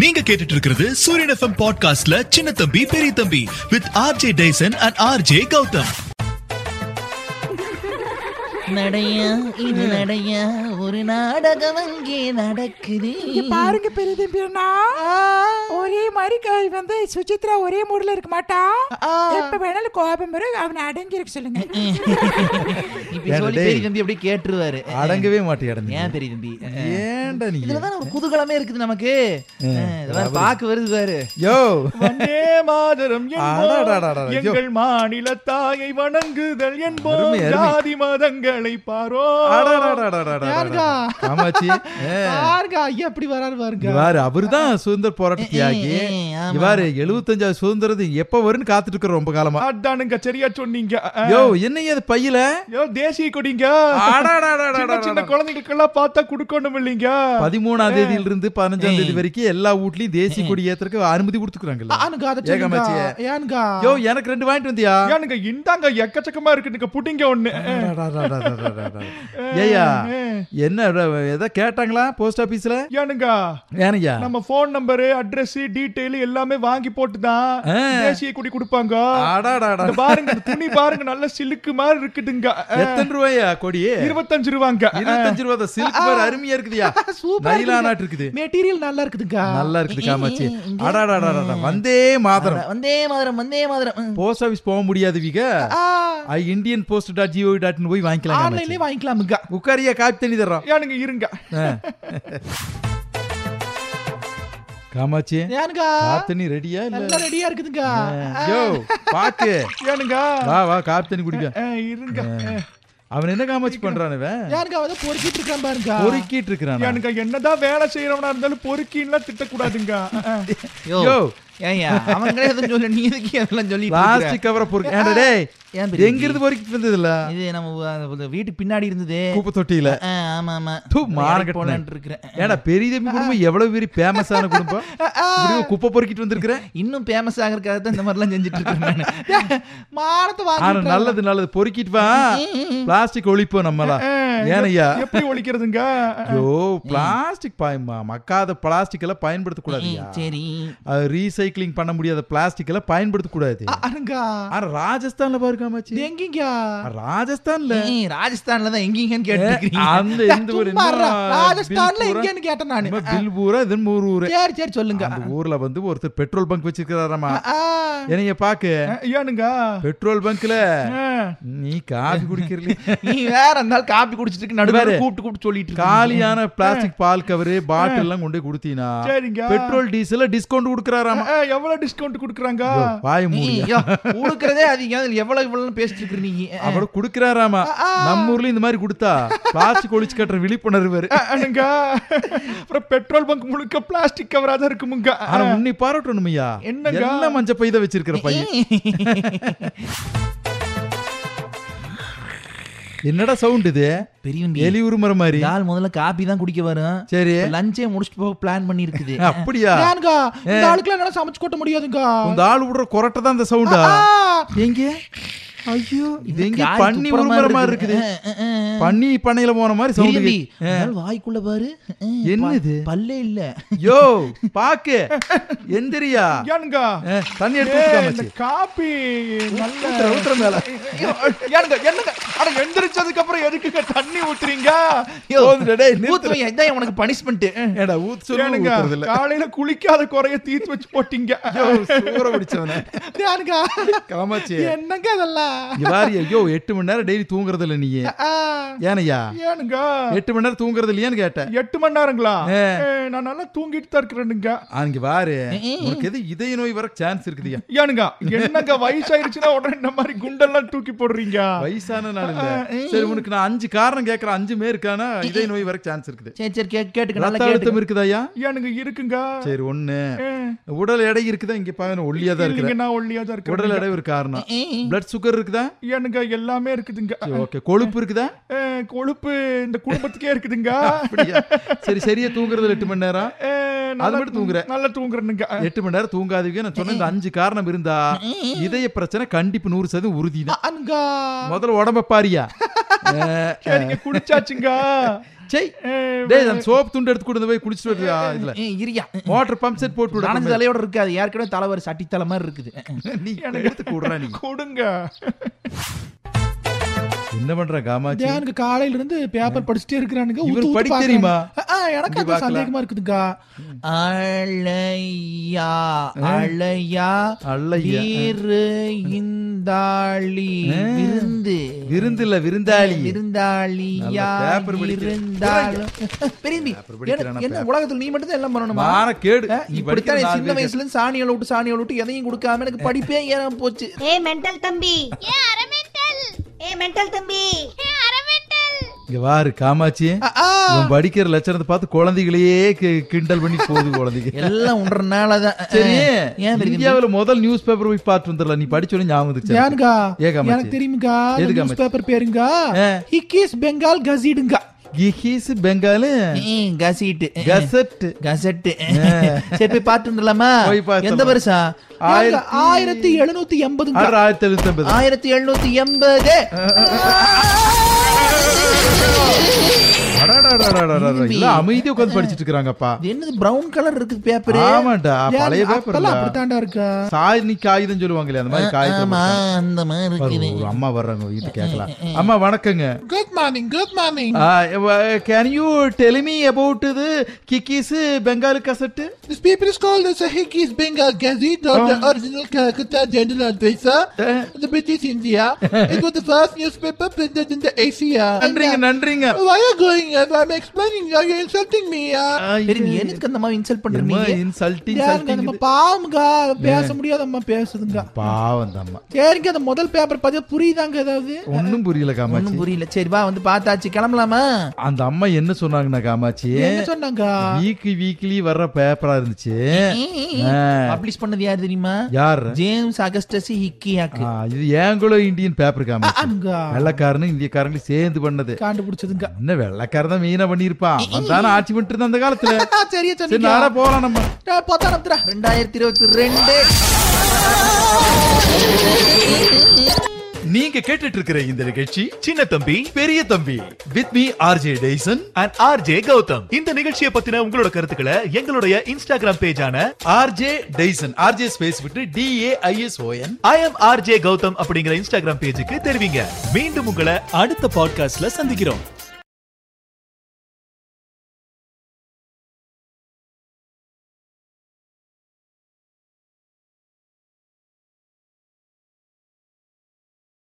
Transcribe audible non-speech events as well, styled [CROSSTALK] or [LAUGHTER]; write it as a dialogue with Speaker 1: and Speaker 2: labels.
Speaker 1: நீங்க கேட்டுட்டு இருக்கிறது சூரியன் எஃப்எம் பாட்காஸ்ட்ல சின்ன தம்பி பெரிய தம்பி with RJ Taison and RJ Gautham
Speaker 2: நடையா இது நடையா ஒரு நாடகம் அங்கே நடக்குது
Speaker 3: இங்க பாருங்க பெரிய தம்பி அண்ணா ஒரே மாதிரி க- வந்து சுசித்ரா ஒரே மூடுல இருக்க மாட்டா எப்ப வேணாலும் கோபம் வரும் அவனை அடங்கி இருக்க சொல்லுங்க
Speaker 2: இப்ப
Speaker 4: ஏன்
Speaker 2: சொல்லி
Speaker 4: டேய்?
Speaker 2: பெரிய தம்பி அப்படியே கேட்டுருவாரு
Speaker 4: அடங்கவே மாட்டேன்
Speaker 2: ஏன் பெரிய தம்பி
Speaker 4: ஏன்டா நீ
Speaker 2: இதுலதான் ஒரு குதூகலமே இருக்குது நமக்கு
Speaker 4: ஏ,
Speaker 2: இது பாரு, பாக்கு வருது பாரு
Speaker 4: யோ
Speaker 5: வந்தே மாதரம் என்போம்.
Speaker 4: அடடடடட, ஐயோ.
Speaker 5: எங்கள் மாநில தாயை வணங்குதல் என்போம்
Speaker 4: அருமை, அருமை.
Speaker 5: ஜாதி மதங்களை பாரோ
Speaker 4: அடடடடடடடடட.
Speaker 5: யாருக்கா?
Speaker 4: காமாட்சி ஏ,
Speaker 5: பாருங்க ஐயா எப்படி வராரு பாருங்க
Speaker 4: இவாரு அவருதான் சுதந்திர போராட்ட தியாகி
Speaker 2: ஏ, ஏ, ஆமா.
Speaker 4: இவாரு எழுபத்தஞ்சாவது சுதந்திரது எப்ப வரும்னு காத்துட்டு இருக்கிறோம் ரொம்ப காலமா
Speaker 5: அதானுங்க சரியா சொன்னீங்க அஹ்,
Speaker 4: யோ என்னைய அது பையில
Speaker 5: ஐயோ, தேசிய கொடிங்க சின்ன சின்ன
Speaker 4: அடடடடடடடட.
Speaker 5: குழந்தைகளுக்கெல்லாம் பார்த்தா கொடுக்கணும் இல்லைங்க
Speaker 4: பதிமூணாம் தேதியில இருந்து பதினஞ்சாம் தேதி வரைக்கும் எல்லா வீட்லயும் தேசிய கொடி ஏத்துறதுக்கு அனுமதி
Speaker 5: ஆனுங்க, அதை
Speaker 4: கொடுத்துக்கிறாங்கல்ல
Speaker 5: சொல்லுங்க.
Speaker 4: ஏகமாச்சி
Speaker 5: ஏனுங்க?
Speaker 4: யோ எனக்கு ரெண்டு வாங்கிட்டு வந்தியா
Speaker 5: ஏனுங்க இந்தாங்க எக்கச்சக்கமா இருக்கு நீங்க புட்டிங்க ஒண்ணு
Speaker 4: அடடடடடடடடட. ஏய்யா என்ன ஏதோ கேட்டாங்களா போஸ்ட் ஆபீஸ்ல
Speaker 5: ஏனுங்க
Speaker 4: ஏனையா
Speaker 5: நம்ம போன் நம்பரு அட்ரஸ் டீடைல் எல்லாமே வாங்கி போட்டுதான்
Speaker 4: ஆ.
Speaker 5: தேசிய கொடி கொடுப்பாங்க
Speaker 4: அடாடாடா.
Speaker 5: இந்த பாருங்க இந்த துணி பாருங்க நல்ல சிலுக்கு மாதிரி இருக்குதுங்க அஹ்,
Speaker 4: எத்தனை ரூபாயா கொடி
Speaker 5: இருபத்தஞ்சு ரூபாங்க
Speaker 4: இருபத்தஞ்சு ரூபா சில்க் பார் அருமையா இருக்குதுயா நைலா நாட்டு இருக்குது
Speaker 5: மெட்டீரியல் நல்லா இருக்குதுங்க
Speaker 4: நல்லா இருக்குது காமாச்சி
Speaker 2: ஏய், இங்க-
Speaker 4: அடாடாடாடா வந்தே மாதரம்
Speaker 2: வந்தே மாதிரம் வந்தே மாதிரம் ம்.
Speaker 4: போஸ்ட் ஆபீஸ் போக முடியாது விக Indian post dot gov dot போய் வாங்கிக்கலாம் காமாட்சி.
Speaker 5: வாங்கிக்கலாமுங்க
Speaker 4: உக்காரியா காப்பி தண்ணி தர்றோம்
Speaker 5: ஏனுங்க இருங்க
Speaker 4: ஆ. காமாட்சி
Speaker 5: ஏனுங்க
Speaker 4: காப்பி தண்ணி ரெடியா இல்ல
Speaker 5: ரெடியா இருக்குதுங்க
Speaker 4: யோ பாக்கு
Speaker 5: ஏனுங்க
Speaker 4: வா வா காப்பி தண்ணி குடிக்க
Speaker 5: அஹ், இருங்க அஹ்,
Speaker 4: அவன் என்ன காமாட்சி பண்றான் இவன்
Speaker 5: ஏனுங்க அதை பொறுக்கிட்டு இருக்கான் பாருங்க
Speaker 4: பொறுக்கிட்டு இருக்கிறான்
Speaker 5: ஏனுங்க என்னதான் வேலை செய்யறவனா இருந்தாலும் பொறுக்கின்லாம் திட்டக்கூடாதுங்க அஹ், அஹ்.
Speaker 4: யோ.
Speaker 2: யோ ஏன்யா அவங்களே எதுவும் சொல்ல நீ எதுக்கு அதெல்லாம் சொல்லி
Speaker 4: பிளாஸ்டிக் கவரை பொறுக்க ஏன்டா டேய்
Speaker 2: ஏன் பெரிய
Speaker 4: எங்க இருந்து பொறுக்கிட்டு வந்தது இல்ல
Speaker 2: இது நம்ம ஊ- அந்த வீட்டுக்கு பின்னாடி இருந்தது
Speaker 4: கூப்பை தொட்டியில
Speaker 2: ஆமா ஆமா
Speaker 4: தூ, மானம்
Speaker 2: வேலைக்கு
Speaker 4: கட்டுன.
Speaker 2: போலான்ட்டு இருக்கிறேன்
Speaker 4: ஏன்னா பெரிய தம்பி குடும்பம் எவ்வளவு பெரிய ஃபேமஸான குடும்பம் இப்படி ஒரு குப்பை பொறுக்கிட்டு வந்திருக்கிறேன்
Speaker 2: இன்னும் ஃபேமஸ் ஆகிறதுக்காக தான் இந்த மாதிரிலாம் செஞ்சுட்டு இருக்கேன் நானு. மானத்தை
Speaker 4: ஆனா
Speaker 2: வாங்கிட்டு
Speaker 4: நல்லது நல்லது பொறுக்கிட்டு வா பிளாஸ்டிக் ஒழிப்போம் நம்மளா ஏனையா
Speaker 5: எப்படி ஒழிக்கிறதுங்க
Speaker 4: ஐயோ பிளாஸ்டிக் பயமா மக்காத பிளாஸ்டிக் எல்லாம் பயன்படுத்த கூடாதுயா
Speaker 2: ம், சரி
Speaker 4: ரீசைக்ளிங் பண்ண முடியாத பிளாஸ்டிக் எல்லாம் பயன்படுத்த கூடாது
Speaker 5: அருங்க
Speaker 4: ஆனா ராஜஸ்தான்ல பாருக்காமச்சு
Speaker 5: எங்கீங்க
Speaker 4: ராஜஸ்தான்ல
Speaker 2: ஏய், ராஜஸ்தான்ல தான் எங்கீங்கன்னு கேட்டுருக்கீங்க
Speaker 4: அந்த இந்த ஒரு
Speaker 5: சும்மா இருடா. ராஜஸ்தான்ல
Speaker 4: என்ன
Speaker 5: எங்கேன்னு கேட்டேன் நானு
Speaker 4: பில்பூரா இது ஒரு ஊரு
Speaker 5: சரி சரி சொல்லுங்க
Speaker 4: அந்த ஊர்ல வந்து ஒருத்தர் பெட்ரோல் பங்க் வச்சிருக்கிறாராமா என்னைய பாக்கு
Speaker 5: ஏனுங்க
Speaker 4: பெட்ரோல் பங்க்ல
Speaker 5: ஆ.
Speaker 4: நீ காபி குடிக்கிறீ
Speaker 2: நீ வேற இருந்தாலும் காப்பி குடிச்சிட்டு இருக்கு நடுவாரு
Speaker 4: பாரு.
Speaker 2: கூப்பிட்டு கூப்பிட்டு சொல்லிட்டு இருக்கீங்க.
Speaker 4: [LAUGHS] காலியான பிளாஸ்டிக் பால் கவரு பாட்டில் எல்லாம் கொண்டு போய் கொடுத்தீனா
Speaker 5: சரிங்க.
Speaker 4: பெட்ரோல் டீசல்ல டிஸ்கவுண்ட் கொடுக்கறாராமா
Speaker 5: ஆ, எவ்வளவு டிஸ்கவுண்ட் குடுக்குறாங்க
Speaker 4: வாய மூடி
Speaker 2: ஐயோ, கொடுக்கறதே அதிகம் அதுல எவ்வளவு இவ்வளவு பேசிட்டு இருக்கிற நீ
Speaker 4: அவட குடுக்கறாராமா நம்ம ஊர்ல இந்த மாதிரி கொடுத்தா பிளாஸ்டிக் ஒழிச்சு கட்டுற விழிப்புணர்வு வரு.
Speaker 5: அனுங்க அப்புறம் பெட்ரோல் பங்க் முழுக்க பிளாஸ்டிக் கவரா தான் இருக்குமுங்க
Speaker 4: ஆனா உன்னை பாராட்டணுமையா
Speaker 5: என்னங்க?
Speaker 4: என்ன மஞ்ச பை தான் வச்சிருக்கிற பையன் என்னடா சவுண்ட் இது
Speaker 2: பெரியவன்
Speaker 4: எலி உருமுற மாதிரி
Speaker 2: ஆள் முதல்ல காப்பி தான் குடிக்க வரும்
Speaker 4: சரி
Speaker 2: லஞ்சே முடிச்சிட்டு போக பிளான் பண்ணி இருக்குது
Speaker 4: அப்படியா
Speaker 5: ஏனுங்க இந்த ஆளுக்குலாம் என்னால சமைச்சு கொட்ட முடியாதுங்க
Speaker 4: இந்த ஆள் விடுற கொரட்டை தான் இந்த சவுண்டா எங்க ஐயோ இது எங்க
Speaker 2: காய்
Speaker 4: பண்ணி
Speaker 2: துப்புற
Speaker 4: உருமுற மாதிரி இருக்குது
Speaker 2: அஹ், அஹ், அஹ்.
Speaker 4: பண்ணி பண்ணையில போன மாதிரி
Speaker 2: பெரியவன்
Speaker 4: சவுண்ட்
Speaker 2: அதனால வாய்க்குள்ள பாரு அஹ்,
Speaker 4: என்னது?
Speaker 2: ப- பல்லே இல்ல
Speaker 4: யோ பாக்கு எந்திரியா
Speaker 5: ஏனுங்க
Speaker 4: ஏ, தண்ணி எடுத்து
Speaker 5: ஏய்,
Speaker 4: ஊத்துக்காம
Speaker 5: இந்த
Speaker 4: வச்சு.
Speaker 5: காபி நல்ல
Speaker 4: ஊத்துற, ஊத்துற மேல.
Speaker 5: ஐயோ, ஏனுங்க என்னங்க அட எந்திரிச்சதுக்கு அப்புறம் எதுக்குங்க தண்ணி ஊத்துறீங்க
Speaker 2: யோ,
Speaker 4: போதும்டா, டேய், நிறுத்து.
Speaker 2: ஊத்து வையா, இதான் உனக்கு பனிஷ்மெண்ட்
Speaker 4: ஏடா, ஊத்து சொல்லு,
Speaker 5: ஏனுங்க
Speaker 4: ஊத்துறது இல்ல.
Speaker 5: காலையில குளிக்காத குறைய தீர்த்து வச்சு போட்டீங்க
Speaker 4: யோ, சூற பிடிச்சவனே.
Speaker 5: ஏனுங்க
Speaker 4: காமாட்சி.
Speaker 5: என்னங்க அதெல்லாம்
Speaker 4: இங்க பாரு, ஐயோ, எட்டு மணி நேரம் டெய்லி தூங்குறது இல்ல நீ
Speaker 5: ஆ,
Speaker 4: ஏனையா
Speaker 5: ஏனுங்க
Speaker 4: எட்டு மணி நேரம் தூங்குறது இல்லையான்னு கேட்டேன்
Speaker 5: எட்டு மணி நேரங்களா
Speaker 4: ஏ.
Speaker 5: ஏ, நான் நல்லா தூங்கிட்டு தான் இருக்கிறேனுங்க
Speaker 4: அங்க பாரு உனக்கு எது இதய நோய் வர சான்ஸ் இருக்குதுயா
Speaker 5: ஏனுங்க என்னங்க வயசாயிருச்சுன்னா உடனே இந்த மாதிரி குண்டெல்லாம் தூக்கி போடுறீங்க
Speaker 4: வயசான நாள் இல்ல சரி உனக்கு நான் அஞ்சு காரணம் கேக்குறேன் அஞ்சு மேற்கான இதய நோய் வர சான்ஸ் இருக்குது
Speaker 2: சரி சரி கே- கேட்டுக்க நல்லா
Speaker 4: ரத்த அழுத்தம்
Speaker 2: கேட்டு
Speaker 4: இருக்குதாயா
Speaker 5: ஏனுங்க இருக்குங்க
Speaker 4: சரி ஒண்ணு
Speaker 5: ஏ,
Speaker 4: உடல் எடை இருக்குதா இங்க பாருங்க ஒல்லியா தான்
Speaker 5: இல்லைங்க
Speaker 4: இருக்கிறேன்
Speaker 5: நான் ஒல்லியா தான் இருக்கிறேன்
Speaker 4: உடல் எடை ஒரு காரணம் பிளட் சுகர் இருக்குதா
Speaker 5: ஏனுங்க எல்லாமே இருக்குதுங்க
Speaker 4: ஓகே கொழுப்பு இருக்குதா
Speaker 5: ஏ, கொழுப்பு இந்த குடும்பத்துக்கே இருக்குதுங்க
Speaker 4: அப்படியா சரி சரியா தூங்குறது எட்டு மணி நேரம்
Speaker 5: ஏ, நல்லா-
Speaker 4: மட்டும் தூங்குறேன்.
Speaker 5: நல்லா தூங்குறேனுங்க
Speaker 4: எட்டு மணி நேரம் தூங்காதீங்க நான் சொன்ன இந்த அஞ்சு காரணம் இருந்தா இதய பிரச்சனை கண்டிப்பு நூறு சதவீதம் உறுதி
Speaker 5: அனுங்க
Speaker 4: முதல்ல உடம்ப பாரியா
Speaker 5: சரிங்க குடிச்சாச்சுங்க
Speaker 4: சே டேய் அந்த சோப் துண்டு எடுத்து கொண்டு போய் குடிச்சிட்டு வருது இதுல
Speaker 2: ஏய், இருயா
Speaker 4: வாட்டர் பம்ப் செட் போட்டு
Speaker 2: நனைஞ்ச
Speaker 4: விடு
Speaker 2: தலையோட இருக்காது ஏற்கனவே தலை ஒரு சட்டி தலை மாதிரி இருக்குது
Speaker 4: நீ எனக்கு எடுத்து கூடுறா நீ
Speaker 5: கொடுங்க
Speaker 4: என்ன பண்ற காமாட்சி
Speaker 6: எனக்கு காலையில இருந்து பேப்பர் படிச்சுட்டே இருக்கிறானுங்க
Speaker 4: இவரு
Speaker 6: ஊத்து ஊத்து
Speaker 4: படிக்க
Speaker 6: பார்க்கறானுங்க.
Speaker 4: தெரியுமா?
Speaker 6: அஹ், அஹ், எனக்கு
Speaker 4: இப்படி
Speaker 6: அது
Speaker 4: பார்க்கலாம்.
Speaker 6: சந்தேகமா இருக்குதுக்கா
Speaker 2: அழையா அழையா
Speaker 4: அழையா.
Speaker 2: வீரு இந்தாளி
Speaker 4: ஆ.
Speaker 2: விருந்து
Speaker 4: விருந்துல விருந்தாளி
Speaker 2: விருந்தாளியா
Speaker 4: நல்ல paper படிக்கிற.
Speaker 2: இருந்தாலும் பெரியம்பி
Speaker 4: Paper படிக்கிறானா
Speaker 2: எனக்கு என்ன
Speaker 4: paper?
Speaker 2: உலகத்துல நீ மட்டும் தான் எல்லாம் பண்ணணுமா
Speaker 4: மானக்கேடு.
Speaker 2: அஹ்,
Speaker 4: நீ படிக்கிற
Speaker 2: இப்படித்தான் என்
Speaker 4: நாலு
Speaker 2: சின்ன
Speaker 4: பேர்
Speaker 2: வயசுல இருந்து சாணியை விட்டு சாணியை விட்டு எதையும் கொடுக்காம எனக்கு படிப்பே ஏறாம போச்சு
Speaker 7: ஏ மென்டல் தம்பி ஏ அர மென்டல் ஏ மென்டல் தம்பி ஏ அர மென்டல்
Speaker 4: இங்க வாரு காமாட்சி இவன் படிக்கிற லட்சணத்தை பார்த்து குழந்தைகளையே கி- கிண்டல் பண்ணி போகுது குழந்தைங்க
Speaker 2: எல்லாம் உன்றனாலதான்
Speaker 4: சரி
Speaker 2: ஏன் பெரியம்பி?
Speaker 4: இந்தியாவுல முதல் நியூஸ் பேப்பர் போய் பார்த்து வந்துடலாம் நீ படிச்சோட ஞாபகம் வந்துச்சு எனக்கு.
Speaker 6: ஏனுக்கா
Speaker 4: ஏ காமாட்சி.
Speaker 6: எனக்கு தெரியுமுக்கா
Speaker 4: எது
Speaker 6: நியூஸ்
Speaker 4: காமாட்சி?
Speaker 6: பேப்பர் பேருங்க
Speaker 4: ஆ.
Speaker 6: ஹிக்கிஸ் பெங்கால் கசீடுங்க
Speaker 4: கிஹீஸ் பெங்காலு
Speaker 2: ஏய், கசிட்டு
Speaker 4: கசட்
Speaker 2: கசட்டு சரி போய் பார்த்து வந்துடலாமா
Speaker 4: போய் பார்த்து
Speaker 2: எந்த வருஷா
Speaker 4: ஆயிரத்தி-
Speaker 6: ஆயிரத்தி எழுநூத்தி எண்பதுங்க
Speaker 4: ஆறு ஆயிரத்தி எழுநூத்தி ஐம்பது
Speaker 2: ஆயிரத்தி எழுநூத்தி எண்பது
Speaker 4: அடாடாடாடாடாடா. இல்ல, அமைதியா உட்கார்ந்து படிச்சிட்டு இருக்காங்கப்பா
Speaker 2: இது என்னது brown கலர் இருக்கு பேப்பர்
Speaker 4: ஆமாண்டா பழைய பேப்பர்
Speaker 6: அப்படித்தாண்டா இருக்கா
Speaker 4: சாயினி காகிதம் சொல்லுவாங்களே அந்த மாதிரி காகிதம்
Speaker 2: ஆமா அந்த மாதிரி
Speaker 4: பாரு,
Speaker 2: இருக்குது
Speaker 4: ஒரு அம்மா வர்றாங்க வீட்டு கேட்கலாம் அம்மா வணக்கங்க
Speaker 6: good morning good morning
Speaker 4: can you tell me about இது கிக்கிஸ் Bengali கசட்டு
Speaker 6: This paper is called the Sahikis Bengal Gazette of the original Calcutta General Advisor, the British India. it was the first newspaper printed in the Asia. And,
Speaker 4: நன்றிங்க
Speaker 6: uh,
Speaker 4: நன்றிங்க
Speaker 6: Why are you going? Uh, I'm explaining. Are you insulting me? Uh?
Speaker 2: பெரிய நீ எனக்கு அந்த மாதிரி insult பண்றீங்க
Speaker 4: insulting
Speaker 6: ஏங்க, நம்ம பாவம்கா பேச முடியாதம்மா பேசுதுங்க
Speaker 4: பாவம் அம்மா
Speaker 6: சரிங்க அந்த முதல் பேப்பர் பார்த்தா புரியுதாங்க ஏதாவது
Speaker 4: ஒண்ணும் புரியல
Speaker 2: ஒண்ணும்
Speaker 4: காமாட்சி
Speaker 2: புரியல சரி வா வந்து பார்த்தாச்சு கிளம்பலாமா
Speaker 4: அந்த அம்மா என்ன சொன்னாங்கன்னா காமாட்சி
Speaker 6: என்ன சொன்னாங்க
Speaker 4: வீக்லி வீக்லி வர்ற பேப்பரா இருந்துச்சு ஆ,
Speaker 2: பப்ளிஷ் பண்ணது யார் தெரியுமா
Speaker 4: யார்
Speaker 2: ஜேம்ஸ் அகஸ்டஸ் ஹிக்கியாக்கு
Speaker 4: ஆ, இது ஏங்குளோ இந்தியன் பேப்பர் காமாட்சி
Speaker 6: அங்க
Speaker 4: வெள்ளக்காரனும் இந்தியக்காரங்களும் சேர்ந்து பண்ணது
Speaker 6: கண்டுபிடிச்சதுங்க
Speaker 4: என்ன வெள்ளக்காரன் தான் மெயினா பண்ணிருப்பான் வந்தானே ஆட்சி பண்ணிட்டு இருந்தான் அந்த காலத்துல
Speaker 6: ஆ, [LAUGHS] சரியா
Speaker 4: சரி
Speaker 6: சொன்னீங்க
Speaker 4: நாளா போலாம் நம்ம
Speaker 6: ஆ, பார்த்தா நம்புறா
Speaker 2: ரெண்டாயிரத்தி இருபத்தி ரெண்டு
Speaker 4: நீங்க கேட்டுட்டு இருக்கிற இந்த நிகழ்ச்சி
Speaker 1: சின்ன தம்பி
Speaker 4: பெரிய தம்பி with me RJ டேசன்
Speaker 1: and RJ Gautham இந்த நிகழ்ச்சியை பத்தின உங்களோட கருத்துக்களை எங்களுடைய இன்ஸ்டாகிராம் பேஜான
Speaker 4: ஆர்ஜே டேசன் ஆர்ஜே ஸ்பேஸ் விட்டு டிஏஐஎஸ்ஓஎன்
Speaker 1: ஐ எம் ஆர்ஜே கௌதம் அப்படிங்கிற இன்ஸ்டாகிராம் பேஜுக்கு தெரிவிங்க மீண்டும் உங்களை அடுத்த பாட்காஸ்ட்ல சந்திக்கிறோம்